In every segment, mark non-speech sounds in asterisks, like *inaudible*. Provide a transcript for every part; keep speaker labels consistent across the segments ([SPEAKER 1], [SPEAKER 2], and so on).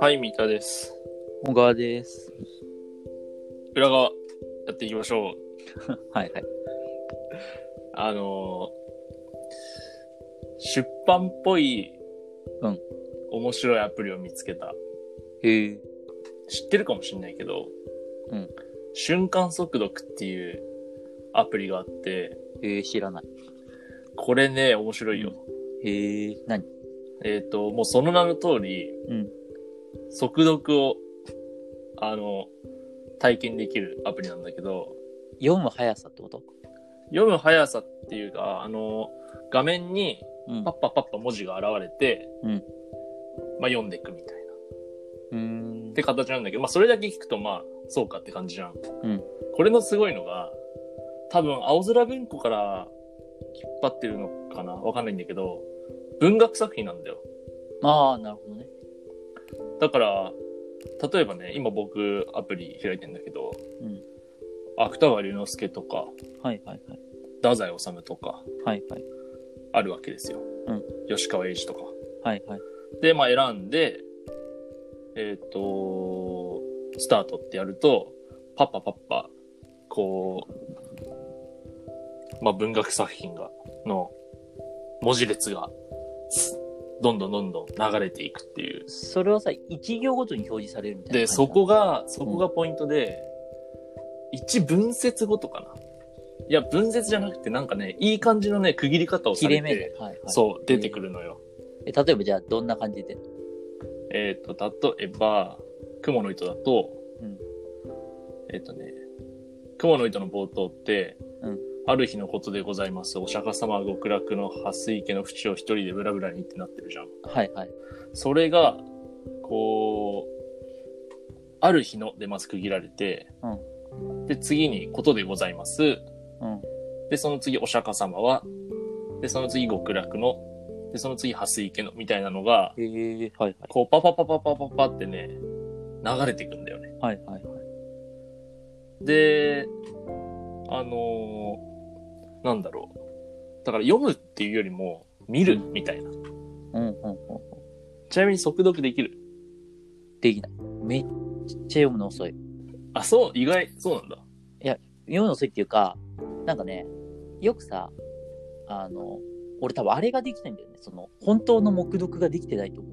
[SPEAKER 1] はい、三田です。
[SPEAKER 2] 小川です。
[SPEAKER 1] 裏側、やっていきましょう。
[SPEAKER 2] はいはい。
[SPEAKER 1] あのー出版っぽい、
[SPEAKER 2] うん
[SPEAKER 1] 面白いアプリを見つけた。
[SPEAKER 2] へえ。
[SPEAKER 1] 知ってるかもしんないけど、
[SPEAKER 2] うん
[SPEAKER 1] 瞬間速読っていうアプリがあって、
[SPEAKER 2] へえ、知らない。
[SPEAKER 1] これね、面白いよ。
[SPEAKER 2] へえ、何
[SPEAKER 1] えっ、と、もうその名の通り、
[SPEAKER 2] うん。
[SPEAKER 1] 速読を、あの、体験できるアプリなんだけど、
[SPEAKER 2] 読む速さってこと
[SPEAKER 1] 読む速さっていうか、あの、画面に
[SPEAKER 2] うん
[SPEAKER 1] パッパパッパ文字が現れて、
[SPEAKER 2] うん
[SPEAKER 1] まあ読んでいくみたいな。
[SPEAKER 2] うーん
[SPEAKER 1] って形なんだけど、まあそれだけ聞くとまあ、そうかって感じじゃん。
[SPEAKER 2] うん
[SPEAKER 1] これのすごいのが、多分青空文庫から引っ張ってるのかなわかんないんだけど、文学作品なんだよ。
[SPEAKER 2] ああ、なるほどね。
[SPEAKER 1] だから、例えばね、今僕アプリ開いてんだけど、
[SPEAKER 2] うん
[SPEAKER 1] 芥川龍之介とか、
[SPEAKER 2] はいはいはい。
[SPEAKER 1] 太宰治とか
[SPEAKER 2] はいはい。
[SPEAKER 1] あるわけですよ。
[SPEAKER 2] うん
[SPEAKER 1] 吉川英治とか。
[SPEAKER 2] はいはい。
[SPEAKER 1] で、まあ、選んで、えっ、と、スタートってやると、パッパパッパ、こう、まあ、文学作品が、の文字列が、すどんどんどんどん流れていくっていう。
[SPEAKER 2] それはさ、一行ごとに表示されるみたいな
[SPEAKER 1] で、
[SPEAKER 2] 感じな
[SPEAKER 1] そこが、そこがポイントで、一文節ごとかな。いや、文節じゃなくて、なんかね、いい感じのね、区切り方をさ
[SPEAKER 2] 切
[SPEAKER 1] れ
[SPEAKER 2] れ目で
[SPEAKER 1] て、。
[SPEAKER 2] はいはい。
[SPEAKER 1] そう、出てくるのよ。
[SPEAKER 2] え。例えばじゃあ、どんな感じで
[SPEAKER 1] えっ、と、例えば、雲の糸だと、
[SPEAKER 2] うん
[SPEAKER 1] えっ、とね、雲の糸の冒頭って、
[SPEAKER 2] うん
[SPEAKER 1] ある日のことでございます。お釈迦様は極楽の蓮池の淵を一人でブラブラにってなってるじゃん。
[SPEAKER 2] はいはい。
[SPEAKER 1] それが、こう、ある日のでまず区切られて、で、次にことでございます。
[SPEAKER 2] うん。
[SPEAKER 1] で、その次お釈迦様は、で、その次極楽の、で、その次蓮池のみたいなのが、
[SPEAKER 2] へえ、はいはい。
[SPEAKER 1] こう、パパパパパパパってね、流れていくんだよね。
[SPEAKER 2] はいはいはい。
[SPEAKER 1] で、あのーなんだろう。だから読むっていうよりも、見るみたいな。
[SPEAKER 2] うんうんうん。
[SPEAKER 1] ちなみに速読できる。
[SPEAKER 2] できない。めっちゃ読むの遅い。
[SPEAKER 1] あ、そう、意外、そうなんだ。
[SPEAKER 2] 読むの遅いっていうか、なんかね、よくさ、あの、俺多分あれができないんだよね。その、本当の目読ができてないと思う。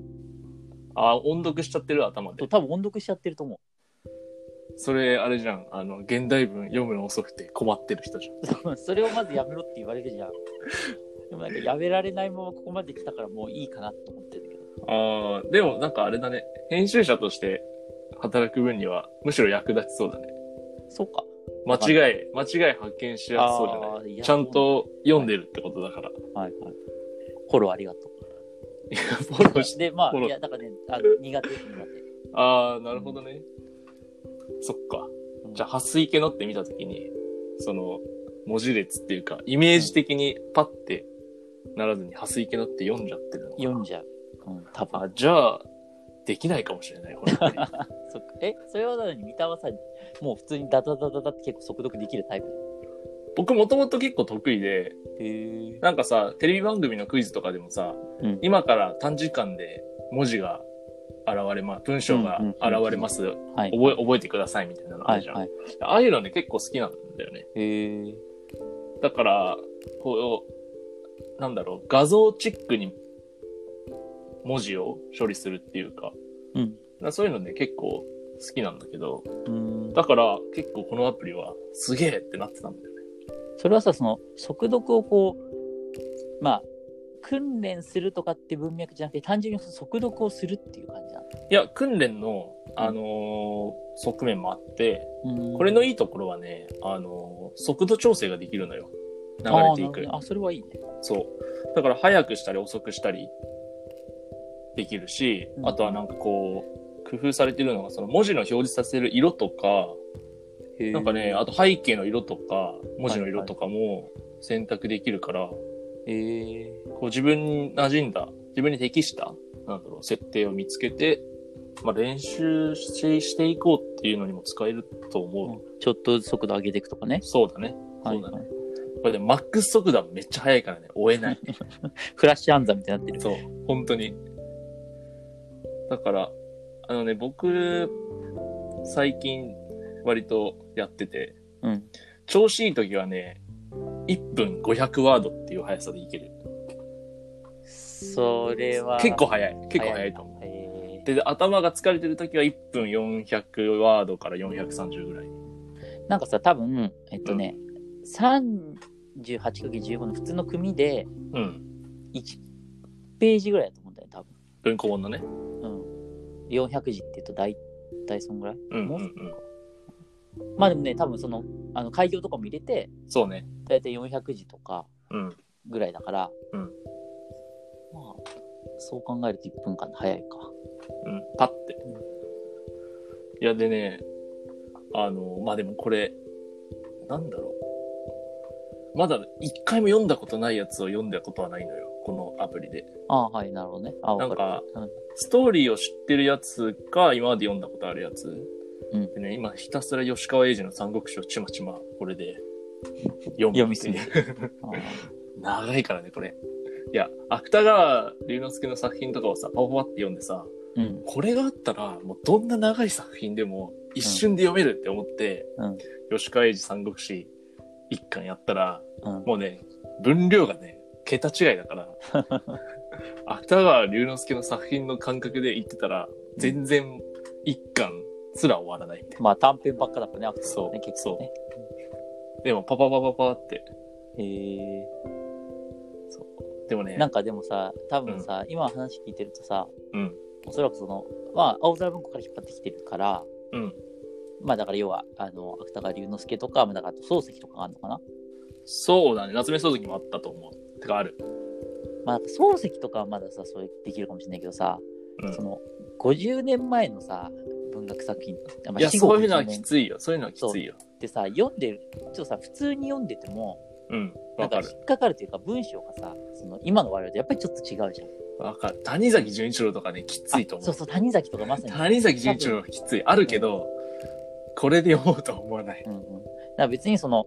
[SPEAKER 1] あ、音読しちゃってる頭で
[SPEAKER 2] と。多分音読しちゃってると *laughs* 思
[SPEAKER 1] それ、あれじゃん。あの、現代文読むの遅くて困ってる人じゃん。
[SPEAKER 2] う。それをまずやめろって言われるじゃん。でもなんかやめられないままここまで来たからもういいかなと思ってるんだけど。
[SPEAKER 1] あーでもなんかあれだね。編集者として働く分には、むしろ役立ちそうだね。
[SPEAKER 2] そうか。
[SPEAKER 1] 間違い、間違い発見しやすそうじゃ
[SPEAKER 2] あー
[SPEAKER 1] ないい
[SPEAKER 2] や
[SPEAKER 1] ちゃんと読んでるってことだから。
[SPEAKER 2] はいはい。フォローありがとう。
[SPEAKER 1] いやフォローし
[SPEAKER 2] で、ま
[SPEAKER 1] フ
[SPEAKER 2] あ、
[SPEAKER 1] ォロー
[SPEAKER 2] いや、だからね、あの苦手、苦
[SPEAKER 1] ああ、なるほどね。そっか。
[SPEAKER 2] 手。
[SPEAKER 1] じゃあ、蓮池のって見たときに、その、文字列っていうか、イメージ的にパッてならずに、蓮池のって読んじゃってるのかな
[SPEAKER 2] 読んじゃう。うん、多分。
[SPEAKER 1] あ、じゃあ、できないかもしれない、
[SPEAKER 2] *laughs*
[SPEAKER 1] これ。
[SPEAKER 2] そっか。え、それはなのに、三田はさ、もう普通にダダダダダって結構速読できるタイプ。
[SPEAKER 1] 僕もともと結構得意で、
[SPEAKER 2] へえ。
[SPEAKER 1] なんかさ、テレビ番組のクイズとかでもさ、
[SPEAKER 2] うん
[SPEAKER 1] 今から短時間で文字が現れま、文章が現れます、
[SPEAKER 2] はい。
[SPEAKER 1] 覚え、覚えてくださいみたいなのあ
[SPEAKER 2] は
[SPEAKER 1] るじ
[SPEAKER 2] い
[SPEAKER 1] ゃん。
[SPEAKER 2] はい。
[SPEAKER 1] ああいうのね、結構好きなんだよね。
[SPEAKER 2] へえ。
[SPEAKER 1] だから、こう、なんだろう、画像チックに文字を処理するっていうか、
[SPEAKER 2] うん。
[SPEAKER 1] なそういうのね、結構好きなんだけど、
[SPEAKER 2] うん。
[SPEAKER 1] だから結構このアプリはすげえってなってたんだよね。
[SPEAKER 2] それはさその速読をこうまあ訓練するとかって文脈じゃなくて単純に速読をするっていう感じなの
[SPEAKER 1] いや、訓練の、あのー側面もあって、これ
[SPEAKER 2] 流
[SPEAKER 1] のいいところはね、あのー速度調整ができるのよ。流れていく。
[SPEAKER 2] あそれはいいね
[SPEAKER 1] そう。だから早くしたり遅くしたりできるし、
[SPEAKER 2] うん
[SPEAKER 1] あとはなんかこう、工夫されてるのが、その文字の表示させる色とか、なんかね、あと背景の色とか、文字の色とかも選択できるから、
[SPEAKER 2] へえ
[SPEAKER 1] こう自分に馴染んだ、自分に適した、なんだろう、設定を見つけて、まあ練習ししていこうっていうのにも使えると思う。
[SPEAKER 2] ちょっとずつ速度上げていくとかね
[SPEAKER 1] そうだね。そうだね。
[SPEAKER 2] はいはい
[SPEAKER 1] これでマックス速度はめっちゃ速いからね、追えない。
[SPEAKER 2] フラッシュ暗算みたいになってる。
[SPEAKER 1] そう、本当に。だから、あのね、僕、最近、割とやってて、
[SPEAKER 2] うん。
[SPEAKER 1] 調子いい時はね、1分500ワードっていう速さでいける。
[SPEAKER 2] それは。
[SPEAKER 1] 結構速い。結構速いと思う。
[SPEAKER 2] えー
[SPEAKER 1] で、頭が疲れてる時は1分400ワードから430ぐらい。
[SPEAKER 2] なんかさ、多分、えっとね、38×15 の普通の組で
[SPEAKER 1] うん。
[SPEAKER 2] 1ページぐらいだと思うんだよね、多
[SPEAKER 1] 文庫本のね。
[SPEAKER 2] 分。うん。400字って言うと大体そんぐらい。
[SPEAKER 1] うんうんう。
[SPEAKER 2] もうんまあでもね、多分その、あの、開業とかも入れて、
[SPEAKER 1] そうね。
[SPEAKER 2] 大体400字とか
[SPEAKER 1] うん。
[SPEAKER 2] ぐらいだから、
[SPEAKER 1] うん
[SPEAKER 2] まあ、そう考えると1分間で早いか。
[SPEAKER 1] うん。パッて。いや、でね、あの、まあ、でもこれ、なんだろう。まだ一回も読んだことないやつを読んだことはないのよ。このアプリで。
[SPEAKER 2] ああ、はい、なるほどね。ああ、
[SPEAKER 1] なんか
[SPEAKER 2] わる
[SPEAKER 1] ストーリーを知ってるやつか、今まで読んだことあるやつ。
[SPEAKER 2] うん
[SPEAKER 1] でね、今ひたすら吉川英治の三国志をちまちま、これで読む。
[SPEAKER 2] 読みすぎる。うんあ
[SPEAKER 1] 長いからね、これ。いや、芥川龍之介の作品とかをさ、パワパワって読んでさ、
[SPEAKER 2] あうん。
[SPEAKER 1] これがあったら、もうどんな長い作品でも一瞬で読めるって思って、
[SPEAKER 2] うん
[SPEAKER 1] 吉川英治三国志一巻やったら、
[SPEAKER 2] うん。
[SPEAKER 1] もうね、分量がね、桁違いだ
[SPEAKER 2] *laughs*
[SPEAKER 1] から、芥川龍之介の作品の感覚で言ってたら、全然一巻すら終わらないみたいな。
[SPEAKER 2] まあ短編ばっかだったね、アクセル
[SPEAKER 1] そう
[SPEAKER 2] ね、結構ね。
[SPEAKER 1] でも、パパパパパって。
[SPEAKER 2] へえ
[SPEAKER 1] でもね、
[SPEAKER 2] なんかでもさ、多分さ、今話聞いてるとさ、
[SPEAKER 1] うん。
[SPEAKER 2] おそらくその、まあ、青空文庫から引っ張ってきてるから、
[SPEAKER 1] うん。
[SPEAKER 2] まあだから要は、あの、芥川龍之介とか、まあだからあと漱石とかがあるのかな。
[SPEAKER 1] そうだね、夏目漱石もあったと思う。てか、ある。
[SPEAKER 2] まあなんか漱石とかはまださ、それできるかもしれないけどさ、
[SPEAKER 1] うん
[SPEAKER 2] その、50年前のさ、文学作品、まあ
[SPEAKER 1] いや、
[SPEAKER 2] 死
[SPEAKER 1] そ
[SPEAKER 2] 後
[SPEAKER 1] ういうのは
[SPEAKER 2] 50
[SPEAKER 1] き
[SPEAKER 2] 年
[SPEAKER 1] ついよ。そういうのはきついよ。
[SPEAKER 2] ってさ、読んでる、ちょっとさ、普通に読んでても、
[SPEAKER 1] うん。わ
[SPEAKER 2] なん
[SPEAKER 1] か
[SPEAKER 2] か引
[SPEAKER 1] る。
[SPEAKER 2] っかかるというか、文章がさ、その今の我々とやっぱりちょっと違うじゃん。
[SPEAKER 1] わかる。谷崎潤一郎とかね、きついと思う。
[SPEAKER 2] そうそう、谷崎とかまさに。
[SPEAKER 1] 谷崎潤一郎はきつい。あるけど、これで読もうとは思わない。
[SPEAKER 2] うんうん、だから別にその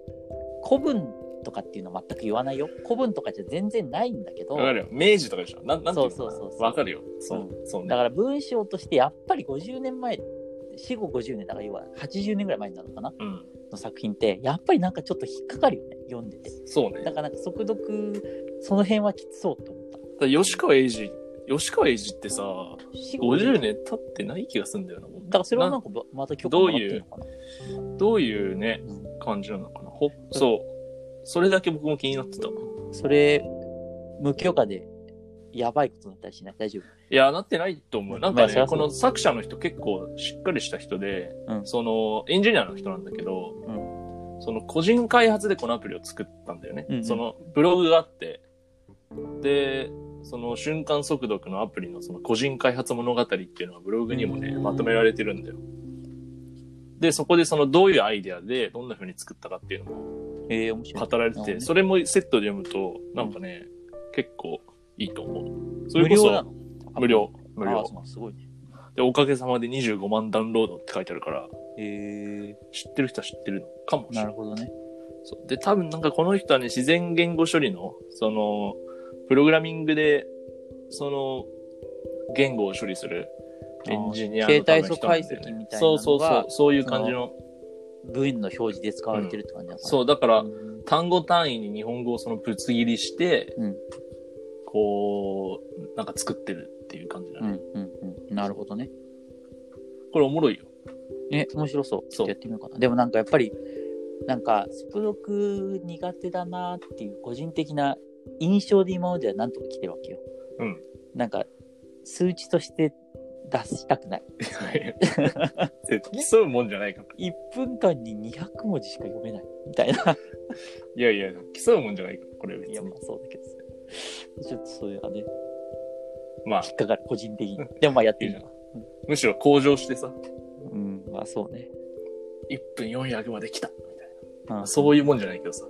[SPEAKER 2] 古文とかっていうのは全く言わないよ古文とかじゃ全然ないんだけど
[SPEAKER 1] わかるよ。明治とかでしょ。なん、なんていうの
[SPEAKER 2] そうそうそうそう
[SPEAKER 1] わかるよ。そう、そう
[SPEAKER 2] だ
[SPEAKER 1] ね。
[SPEAKER 2] から文章としてやっぱり50年前死後50年だから要は80年ぐらい前になるのかな
[SPEAKER 1] うん。
[SPEAKER 2] の作品ってやっぱりなんかちょっと引っかかるよね読んでて
[SPEAKER 1] そう
[SPEAKER 2] だ
[SPEAKER 1] ね。
[SPEAKER 2] からなんか速読その辺はきつそうと思った
[SPEAKER 1] だ吉川英治、吉川英治ってさ、
[SPEAKER 2] 死
[SPEAKER 1] 50年経ってない気がするんだよな。もう
[SPEAKER 2] だからそれはなんかばまた曲
[SPEAKER 1] ど
[SPEAKER 2] も
[SPEAKER 1] う
[SPEAKER 2] らっ
[SPEAKER 1] い
[SPEAKER 2] て
[SPEAKER 1] う
[SPEAKER 2] るのかな
[SPEAKER 1] どういうね、
[SPEAKER 2] うん
[SPEAKER 1] 感じなのかな。ほ、そう。それだけ僕も気になってた。い
[SPEAKER 2] それ無許可でやばいことになったりしない大丈夫
[SPEAKER 1] や、なってないと思う。なん
[SPEAKER 2] ま
[SPEAKER 1] か
[SPEAKER 2] あそり
[SPEAKER 1] ね、
[SPEAKER 2] ゃ
[SPEAKER 1] こ
[SPEAKER 2] そう
[SPEAKER 1] の作者の人結構しっかりした人で、
[SPEAKER 2] うん
[SPEAKER 1] そのエンジニアの人なんだけど、
[SPEAKER 2] う
[SPEAKER 1] その個人開発でこのアプリを作ったんだよね。
[SPEAKER 2] うんうん
[SPEAKER 1] そのブログがあって、で、その瞬間速読のアプリのその個人開発物語っていうのがブログにもね、
[SPEAKER 2] うん
[SPEAKER 1] まとめられてるんだよ。で、そこでそのどういうアイデアでどんな風に作ったかっていうのも
[SPEAKER 2] ええ面白い
[SPEAKER 1] 語られて
[SPEAKER 2] なるほど
[SPEAKER 1] て、
[SPEAKER 2] ね
[SPEAKER 1] それもセットで読むと、なんかね、結構いいと思う。そ
[SPEAKER 2] 無
[SPEAKER 1] れこ
[SPEAKER 2] 料な
[SPEAKER 1] そ、
[SPEAKER 2] の
[SPEAKER 1] 無料、無
[SPEAKER 2] あ
[SPEAKER 1] 料。
[SPEAKER 2] そうすごいね
[SPEAKER 1] で、おかげさまで25万ダウンロードって書いてあるから、
[SPEAKER 2] へえ
[SPEAKER 1] 知ってる人は知ってるのかもしれない
[SPEAKER 2] なる。ほどね。
[SPEAKER 1] そうで、多分なんかこの人はね、自然言語処理の、その、プログラミングで、その、言語を処理するエンジニアの
[SPEAKER 2] あー
[SPEAKER 1] 多分人なんだよ
[SPEAKER 2] 携帯素解析みたいなの
[SPEAKER 1] そ
[SPEAKER 2] が
[SPEAKER 1] うそうそう、そういう感じの。
[SPEAKER 2] 文の表示で使われてるって感じだから。
[SPEAKER 1] そう、だか
[SPEAKER 2] う
[SPEAKER 1] ら、
[SPEAKER 2] ん
[SPEAKER 1] 単語単位に日本語をそのぶつ切りして、
[SPEAKER 2] うん
[SPEAKER 1] こう、なんか作ってるっていう感じだ
[SPEAKER 2] う
[SPEAKER 1] ね。
[SPEAKER 2] んうんうん。なるほどね。
[SPEAKER 1] これおもろいよ。
[SPEAKER 2] え、面白そう。ち
[SPEAKER 1] そ
[SPEAKER 2] ょ
[SPEAKER 1] う
[SPEAKER 2] っとやってみようかな。でもなんかやっぱり、なんか速読苦手だなっていう個人的な印象で今まではなんとか来てるわけよ。
[SPEAKER 1] うん。
[SPEAKER 2] なんか数値として出したくない。
[SPEAKER 1] 絶対競うもんじゃないから。
[SPEAKER 2] 1分間に200文字しか読めないみたい
[SPEAKER 1] *laughs*
[SPEAKER 2] な。
[SPEAKER 1] いやいや、競うもんじゃないから、これ別
[SPEAKER 2] いや、ま
[SPEAKER 1] に
[SPEAKER 2] あ。そうだけどさ。ちょっとそれがね、
[SPEAKER 1] まあ
[SPEAKER 2] 引、っかかる、個人的に。でもまあやってみるわ。
[SPEAKER 1] むしろ向上してさ、
[SPEAKER 2] うん、まあそうね。
[SPEAKER 1] 1分400まで来たみたいな。
[SPEAKER 2] うん
[SPEAKER 1] そういうもんじゃないけどさ。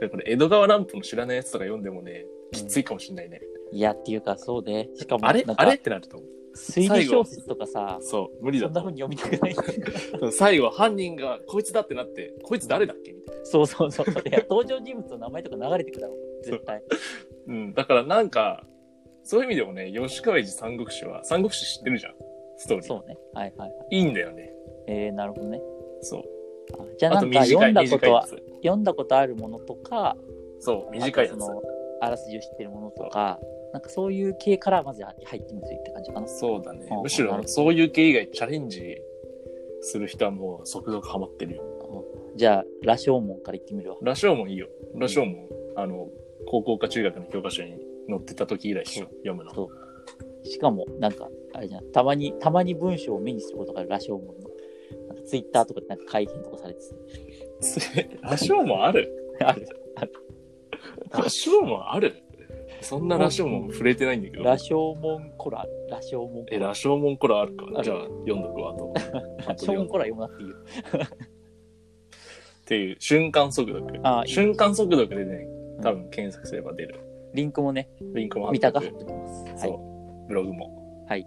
[SPEAKER 1] でこれ、江戸川乱歩の知らないやつとか読んでもね、きついかもしんないね。
[SPEAKER 2] いや、っていうか、そうね。しかも、
[SPEAKER 1] あれ
[SPEAKER 2] なんか
[SPEAKER 1] あれってなると思う。
[SPEAKER 2] 推理小説とかさ、
[SPEAKER 1] そう、無理
[SPEAKER 2] そ
[SPEAKER 1] だ
[SPEAKER 2] んな
[SPEAKER 1] と思
[SPEAKER 2] 風に読みたくない。
[SPEAKER 1] う。最後、犯人がこいつだってなって、こいつ誰だっけみたい
[SPEAKER 2] そうそうそう。いや、登場人物の名前とか流れてくだろう。絶対。
[SPEAKER 1] うん。だからなんか、そういう意味でもね、吉川英治三国志は、三国志知ってるじゃん。ストーリー。
[SPEAKER 2] そうね。はいはい。
[SPEAKER 1] いいんだよね。
[SPEAKER 2] えー、なるほどね。
[SPEAKER 1] そう。
[SPEAKER 2] あじゃあ
[SPEAKER 1] あ
[SPEAKER 2] な
[SPEAKER 1] と
[SPEAKER 2] んか
[SPEAKER 1] 短
[SPEAKER 2] 読
[SPEAKER 1] い、
[SPEAKER 2] んだこ
[SPEAKER 1] 短い
[SPEAKER 2] と
[SPEAKER 1] や
[SPEAKER 2] は、
[SPEAKER 1] つ。
[SPEAKER 2] 読んだことあるものとか、
[SPEAKER 1] そう、短いや
[SPEAKER 2] あ
[SPEAKER 1] つ
[SPEAKER 2] と。そのあらすじを知ってるものとか、なんかそういう系からまず入ってみるって感じかな。
[SPEAKER 1] そうだね
[SPEAKER 2] うん。
[SPEAKER 1] むし
[SPEAKER 2] なる
[SPEAKER 1] ろ
[SPEAKER 2] ほ、ど
[SPEAKER 1] そういう系以外チャレンジする人はもう速読ハマってるよ。
[SPEAKER 2] じゃあ、羅生門から行ってみるわ。
[SPEAKER 1] 羅生門いいよ。羅生門、あの、高校か中学の教科書に載ってた時以来でしょ、読むの。 *laughs*
[SPEAKER 2] そうしかも、なんか、あれじゃん、たまに、たまに文章を目にすることがある羅生門の。なんかツイッターとかでなんか改変とかされて
[SPEAKER 1] 羅生門 *laughs* あ
[SPEAKER 2] *laughs*
[SPEAKER 1] る
[SPEAKER 2] たある。
[SPEAKER 1] 羅生門あるそんな羅生門触れてないんだけど
[SPEAKER 2] 羅。生門コラ、羅生門コ
[SPEAKER 1] え、
[SPEAKER 2] ラ。
[SPEAKER 1] 羅生門これあるか
[SPEAKER 2] あ。る
[SPEAKER 1] じゃあ、読んどくわ、あと。
[SPEAKER 2] 羅生門コラ読まなくていいよ。
[SPEAKER 1] っていう、瞬間速読。
[SPEAKER 2] ああ、いい
[SPEAKER 1] 瞬間速読でね、多分検索すれば出る。
[SPEAKER 2] リンクもね、
[SPEAKER 1] リンクも貼っ
[SPEAKER 2] 見
[SPEAKER 1] て
[SPEAKER 2] た
[SPEAKER 1] おく
[SPEAKER 2] か貼っときます。は
[SPEAKER 1] そ
[SPEAKER 2] い。
[SPEAKER 1] う。ブログも。
[SPEAKER 2] はい。